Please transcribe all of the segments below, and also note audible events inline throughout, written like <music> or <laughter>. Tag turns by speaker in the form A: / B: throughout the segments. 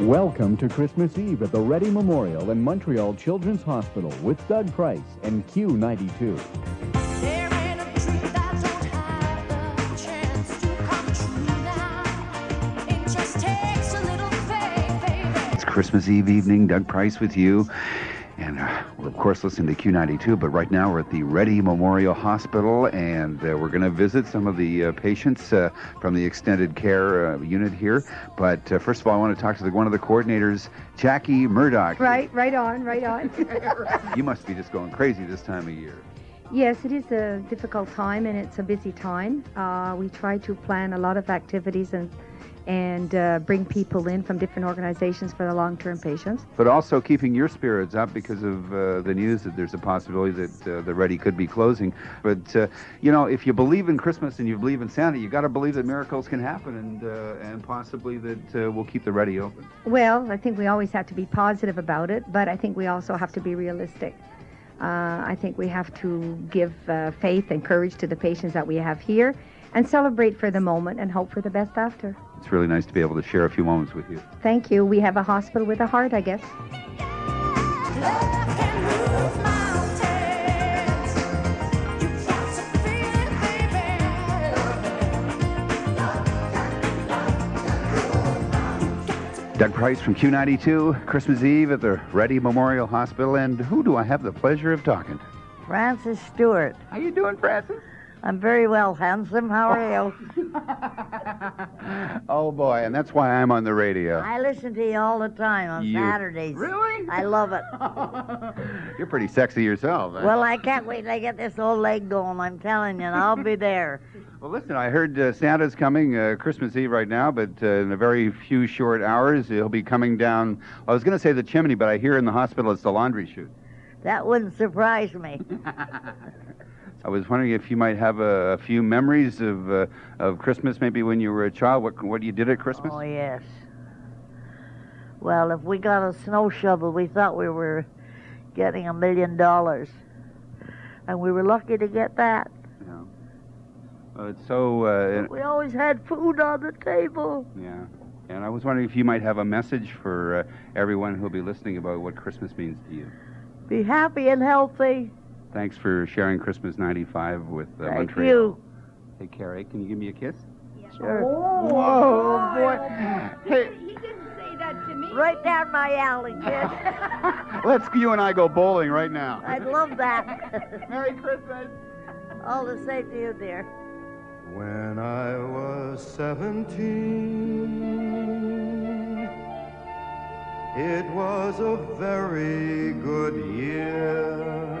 A: Welcome to Christmas Eve at the Ready Memorial and Montreal Children's Hospital with Doug Price and Q92.
B: There ain't a dream that don't have the chance to come true now. It just takes a little faith, baby.
C: It's Christmas Eve evening. Doug Price with you. And uh, we're, of course, listening to Q92, but right now we're at the Ready Memorial Hospital, and uh, we're going to visit some of the uh, patients uh, from the extended care uh, unit here. But uh, first of all, I want to talk to the, one of the coordinators, Jackie Murdoch.
D: Right, right on, right on. <laughs>
C: You must be just going crazy this time of year.
D: yes, it is a difficult time and it's a busy time. Uh, we try to plan a lot of activities and and uh, bring people in from different organizations for the long-term patients.
C: But also keeping your spirits up because of uh, the news that there's a possibility that uh, the Ready could be closing. But uh, you know, if you believe in Christmas and you believe in Santa, you got to believe that miracles can happen, and uh, and possibly that uh, we'll keep the Ready open.
D: Well, I think we always have to be positive about it, but I think we also have to be realistic. Uh, I think we have to give uh, faith and courage to the patients that we have here and celebrate for the moment and hope for the best after.
C: It's really nice to be able to share a few moments with you.
D: Thank you. We have a hospital with a heart, I guess.
B: Love can move mountains. You got to feel it,
C: Doug Price from Q92, Christmas Eve at the Ready Memorial Hospital, and who do I have the pleasure of talking to?
E: Francis Stewart.
C: How you doing, Francis?
E: I'm very well, handsome. How are you?
C: Oh boy, and that's why I'm on the radio.
E: I listen to you all the time on
C: You-
E: Saturdays.
C: Really?
E: I love
C: <laughs>
E: it.
C: You're pretty sexy yourself. eh? huh?
E: Well, I can't wait till I get this old leg going. I'm telling you, and I'll be there.
C: Well, listen, I heard uh, Santa's coming uh, Christmas Eve right now, but uh, in a very few short hours, he'll be coming down. I was going to say the chimney, but I hear in the hospital it's the laundry chute.
E: That wouldn't surprise me.
C: I was wondering if you might have a, a few memories of uh, of Christmas, maybe when you were a child, what what you did at Christmas.
E: Oh, yes. Well, if we got a snow shovel, we thought we were getting a million dollars. And we were lucky to get that.
C: Uh, it's so, uh,
E: We always had food on the table.
C: yeah. And I was wondering if you might have a message for uh, everyone who'll be listening about what Christmas means to you.
E: Be happy and healthy.
C: Thanks for sharing Christmas 95 with uh,
E: Thank
C: Montreal.
E: you.
C: Hey, Carrie, can you give me a kiss?
E: Sure.
C: Whoa, boy. Hey,
E: Right down my alley, kid.
C: let's you and I go bowling right now.
E: I'd love that.
C: Merry Christmas.
E: All the same to you, dear.
F: When I was 17, it was a very good year.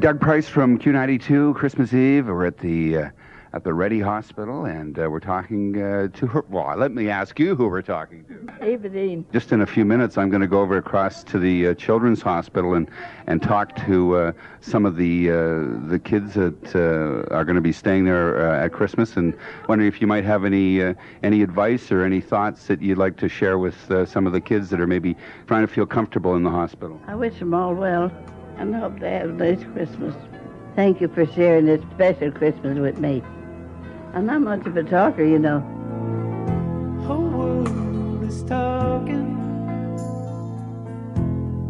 C: Doug Price from Q92, Christmas Eve. We're at the uh, at the Ready Hospital, and uh, we're talking uh, to her. Well, let me ask you who we're talking to.
G: Evadine.
C: Just in a few minutes, I'm going to go over across to the uh, Children's Hospital and and talk to uh, some of the uh, the kids that uh, are going to be staying there uh, at Christmas, and wondering if you might have any uh, any advice or any thoughts that you'd like to share with uh, some of the kids that are maybe trying to feel comfortable in the hospital.
G: I wish them all well and hope they have a nice Christmas.
H: Thank you for sharing this special Christmas with me. I'm not much of a talker, you know.
I: whole world is talking,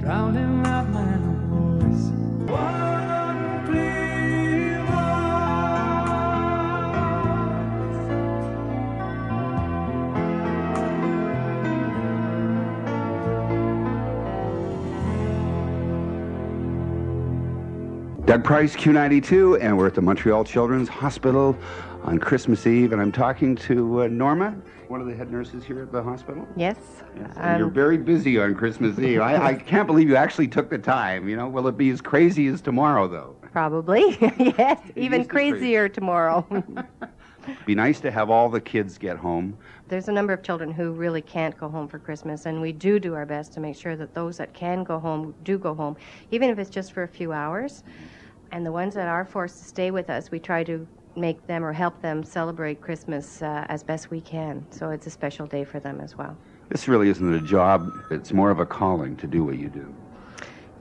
I: drowning out my voice. One plea was,
C: Doug Price, Q92, and we're at the Montreal Children's Hospital on Christmas Eve, and I'm talking to uh, Norma, one of the head nurses here at the hospital.
J: Yes.
C: Yes, and you're very busy on Christmas Eve. I, I can't believe you actually took the time. You know, will it be as crazy as tomorrow, though?
J: Probably. <laughs> yes.
C: used
J: Even
C: to crazy.
J: crazier tomorrow. <laughs>
C: Be nice to have all the kids get home.
J: There's a number of children who really can't go home for Christmas, and we do do our best to make sure that those that can go home do go home, even if it's just for a few hours. And the ones that are forced to stay with us, we try to make them or help them celebrate Christmas uh, as best we can. So it's a special day for them as well.
C: This really isn't a job, it's more of a calling to do what you do.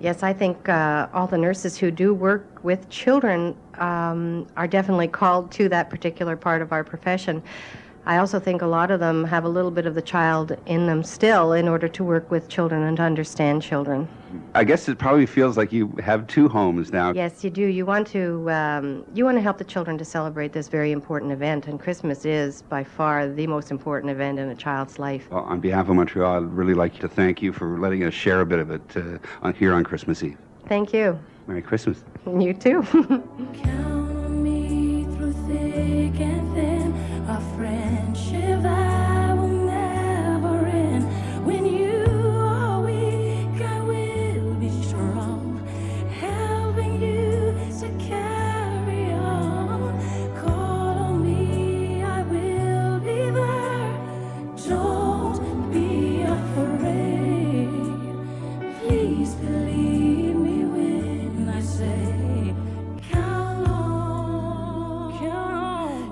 J: Yes, I think uh, all the nurses who do work with children um, are definitely called to that particular part of our profession. I also think a lot of them have a little bit of the child in them still in order to work with children and to understand children.
C: I guess it probably feels like you have two homes now.
J: Yes, you do. You want to um, you want to help the children to celebrate this very important event, and Christmas is by far the most important event in a child's life.
C: Well, on behalf of Montreal, I'd really like to thank you for letting us share a bit of it uh, on, here on Christmas Eve.
J: Thank you. <laughs>
C: Merry Christmas.
J: You too. <laughs>
B: me through thick and thin. Our friendship vow will never end. When you are weak, I will be strong, helping you to carry on. Call on me, I will be there. Don't be afraid. Please believe me when I say. Count on,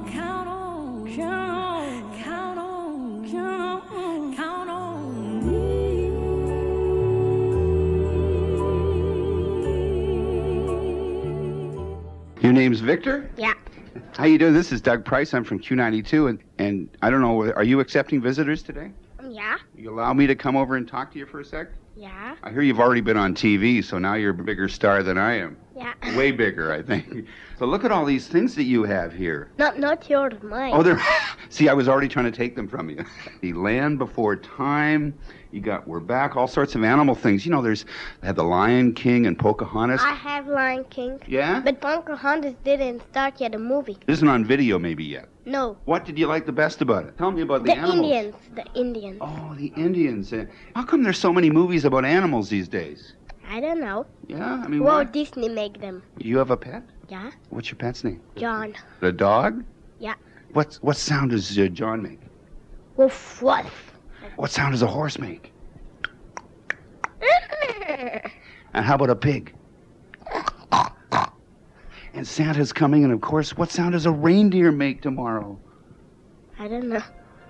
B: count, count on, count, count on, count on, count on me.
C: Your name's Victor?
K: Yeah.
C: How you doing? This is Doug Price. I'm from Q92, and, and I don't know, are you accepting visitors today?
K: Um, yeah.
C: You allow me to come over and talk to you for a sec?
K: Yeah.
C: I hear you've already been on TV, so now you're a bigger star than I am.
K: Yeah.
C: Way bigger, I think. So look at all these things that you have here.
K: Not not yours, mine.
C: Oh, they're. <laughs> See, I was already trying to take them from you. <laughs> The Land Before Time. You got We're Back. All sorts of animal things. You know, there's they had the Lion King and Pocahontas.
K: I have Lion King.
C: Yeah?
K: But Pocahontas didn't start yet a movie.
C: This isn't on video maybe yet.
K: No.
C: What did you like the best about it? Tell me about the,
K: The,
C: animals.
K: Indians. The Indians.
C: Oh, the Indians. Uh, How come there's so many movies about animals these days?
K: I don't know.
C: Yeah, I mean,
K: Walt
C: why-
K: Disney make them.
C: You have a pet?
K: Yeah.
C: What's your pet's name?
K: John.
C: The dog?
K: Yeah.
C: What's, what sound does uh, John make?
K: Woof <laughs> woof.
C: What sound does a horse make? And how about a pig? And Santa's coming, and of course, what sound does a reindeer make tomorrow?
K: I don't know.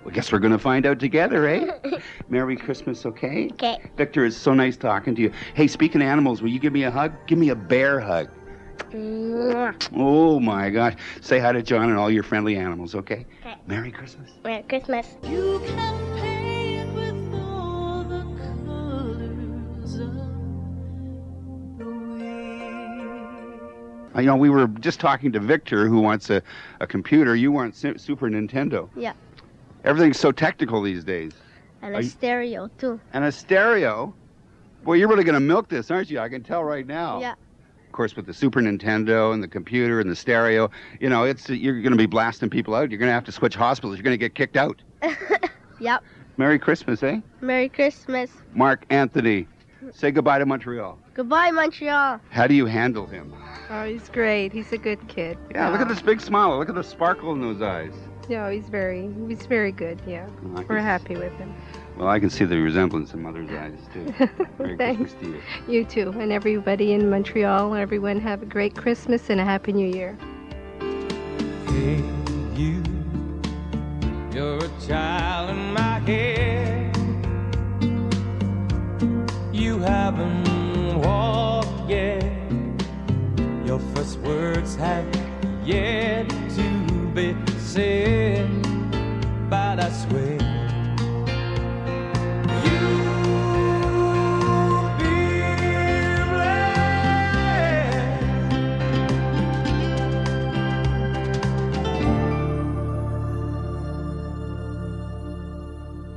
C: I guess we're going to find out together, eh?
K: <laughs>
C: Merry Christmas, okay?
K: Okay.
C: Victor, it's so nice talking to you. Hey, speaking of animals, will you give me a hug? Give me a bear hug.
K: Mwah.
C: Oh my gosh. Say hi to John and all your friendly animals, okay?
K: Okay.
C: Merry Christmas.
K: Merry Christmas.
B: You can paint with all the colors of the wind.
C: Uh, You know, we were just talking to Victor, who wants a, a computer. You want Su- Super Nintendo.
K: Yeah.
C: Everything's so technical these days.
K: And
C: Are
K: a
C: you-
K: stereo too.
C: And a stereo. Boy, you're really going to milk this, aren't you? I can tell right now.
K: Yeah.
C: Of course, with the Super Nintendo and the computer and the stereo, you know, it's you're going to be blasting people out. You're going to have to switch hospitals. You're going to get kicked out.
K: <laughs> Yep.
C: Merry Christmas, eh?
K: Merry Christmas.
C: Mark Anthony, say goodbye to Montreal.
K: Goodbye, Montreal.
C: How do you handle him?
L: Oh, he's great. He's a good kid.
C: Yeah, look at this big smile. Look at the sparkle in those eyes.
L: No, he's very, he's very good. Yeah,
C: I
L: we're
C: can-
L: happy with him.
C: Well, I can see the resemblance in Mother's eyes,
L: <laughs>
C: too. Merry
L: Thanks.
C: Christmas to you.
L: You too, and everybody in Montreal. Everyone have a great Christmas and a happy New Year.
I: Hey, you, you're a child in my head. You haven't walked yet. Your first words have yet to be said. But I swear, you'll be blessed.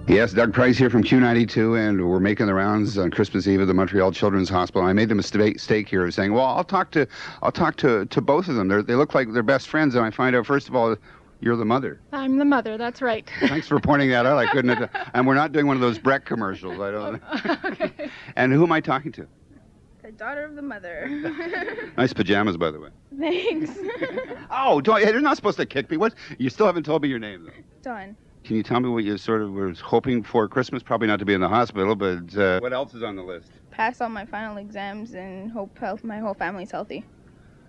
C: Yes, Doug Price here from Q92, and we're making the rounds on Christmas Eve at the Montreal Children's Hospital. I made the mistake mistake here of saying, "Well, I'll talk to, I'll talk to, to both of them. They're, they look like they're best friends." And I find out, first of all, you're the mother.
M: I'm the mother, that's right.
C: Thanks for pointing that out. I couldn't. <laughs>
M: <laughs>
C: Have, and we're not doing one of those Breck commercials. I don't. and who am I talking to?
M: The daughter of the mother.
C: <laughs> Nice pajamas, by the way.
M: Thanks.
C: <laughs> Oh, don't, you're not supposed to kick me. What? You still haven't told me your name, though.
M: Done.
C: Can you tell me what you sort of was hoping for Christmas? Probably not to be in the hospital, but uh, what else is on the list?
M: Pass all my final exams and hope health, my whole family's healthy.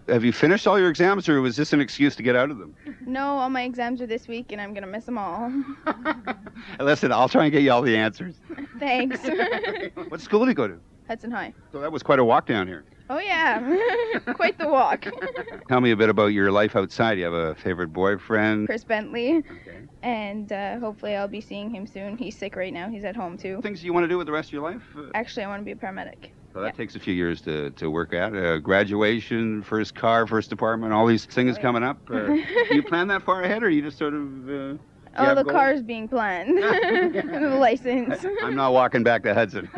C: Have you finished all your exams, or was this an excuse to get out of them?
M: No, all my exams are this week and I'm going to miss them all.
C: <laughs>
M: <laughs>
C: Listen, I'll try and get you all the answers.
M: Thanks.
C: <laughs> What school did you go to?
M: Hudson High.
C: So that was quite a walk down here.
M: Oh, yeah. <laughs> Quite
C: <laughs>
M: the walk.
C: Tell me a bit about your life outside. You have a favorite boyfriend?
M: Chris Bentley. And uh, hopefully I'll be seeing him soon. He's sick right now. He's at home, too.
C: Things you want to do with the rest of your life? Uh,
M: Actually, I want to be a paramedic.
C: So that takes a few years to, to work out. Uh, graduation, first car, first apartment, all these things coming up. Uh, do you plan that far ahead, or you just sort of. Uh,
M: Oh,
C: have
M: the
C: goals?
M: car's being planned. the license. <laughs>
C: I'm not walking back to Hudson.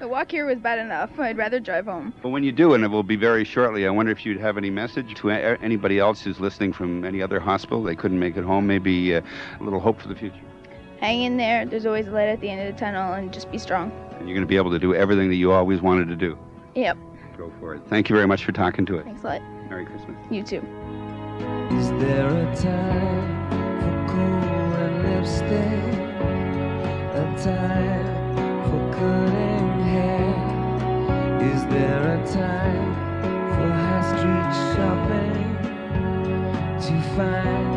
M: the walk here was bad enough. I'd rather drive home.
C: But when you do, and it will be very shortly, I wonder if you'd have any message to a- anybody else who's listening from any other hospital. They couldn't make it home. Maybe uh, a little hope for the future.
M: Hang in there. There's always a light at the end of the tunnel, and just be strong.
C: And you're going to be able to do everything that you always wanted to do.
M: Yep.
C: Go for it. Thank you very much for talking to us.
M: Thanks a lot.
C: Merry Christmas.
M: You too.
I: Is there a time for cool and lipstick? A time for cutting hair? Is there a time for high street shopping? To find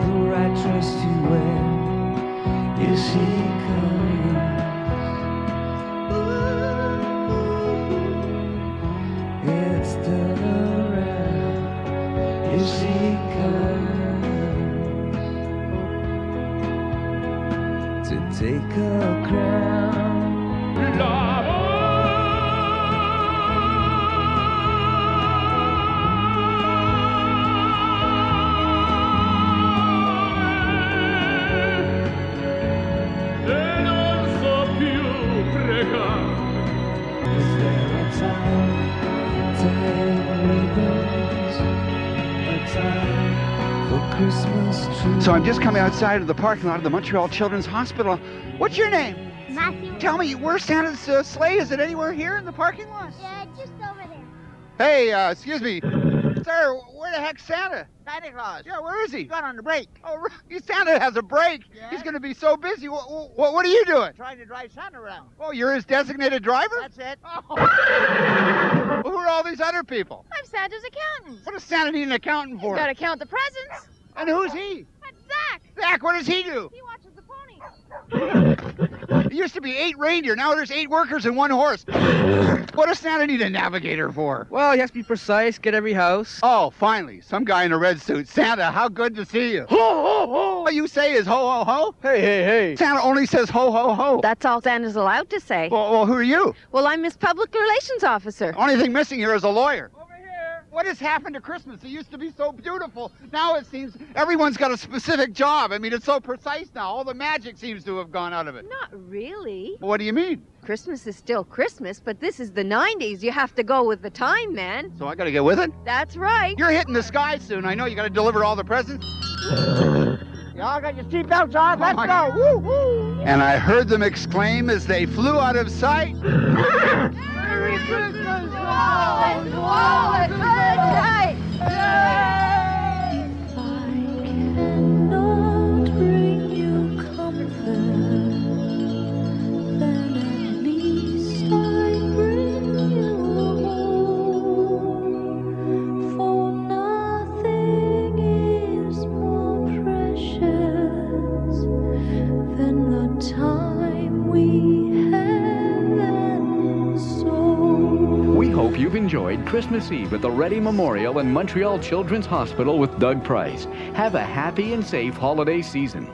I: the right dress to wear? Is she coming? Ooh, It's still around. Is she come to take a crown? Is there a time for tearing ribbons? A time for Christmas trees?
C: So I'm just coming outside of the parking lot of the Montreal Children's Hospital. What's your name?
N: Matthew.
C: Tell me, where's Santa's uh, sleigh? Is it anywhere here in the parking lot?
N: Yeah, just over there.
C: Hey, uh, excuse me. Sir, where the heck's Santa?
O: Santa Claus.
C: Yeah, where is he?
O: He's gone on a break.
C: Oh, right. Santa has a break. He's going to be so busy. What, what, what are you doing?
O: Trying to drive Santa around.
C: Oh, you're his designated driver? Oh.
O: That's it.
C: Who are all these other people?
M: I'm Santa's accountant.
C: What does Santa need an accountant for?
M: Gotta count the presents.
C: And who's he?
M: That's Zach.
C: Zach, what does he do?
M: He watches the ponies.
C: It used to be eight reindeer. Now there's eight workers and one horse. what does Santa need a navigator for?
P: Well, he has to be precise, get every house.
C: Oh, finally, some guy in a red suit. Santa, how good to see you. Ho, ho, ho. All you say is ho, ho, ho. Hey, hey, hey. Santa only says ho, ho, ho.
Q: That's all Santa's allowed to say.
C: Well, well who are you?
Q: Well, I'm his public relations officer.
C: Only thing missing here is a lawyer. Over here. What has happened to Christmas? It used to be so beautiful. Now it seems everyone's got a specific job. I mean, it's so precise now. All the magic seems to have gone out of it.
Q: Not really.
C: What do you mean?
Q: Christmas is still Christmas, but this is the 90s. You have to go with the time, man.
C: So I got to get with it?
Q: That's right.
C: You're hitting the sky soon. I know you got to deliver all the presents. Oh
O: Y'all got your seatbelts on. Let's
C: my-
O: go. Woo, woo.
C: And I heard them exclaim as they flew out
O: <laughs>
C: of sight.
I: Merry Christmas,
B: Time we had and so
A: We hope you've enjoyed Christmas Eve at the Ready Memorial and Montreal Children's Hospital with Doug Price. Have a happy and safe holiday season.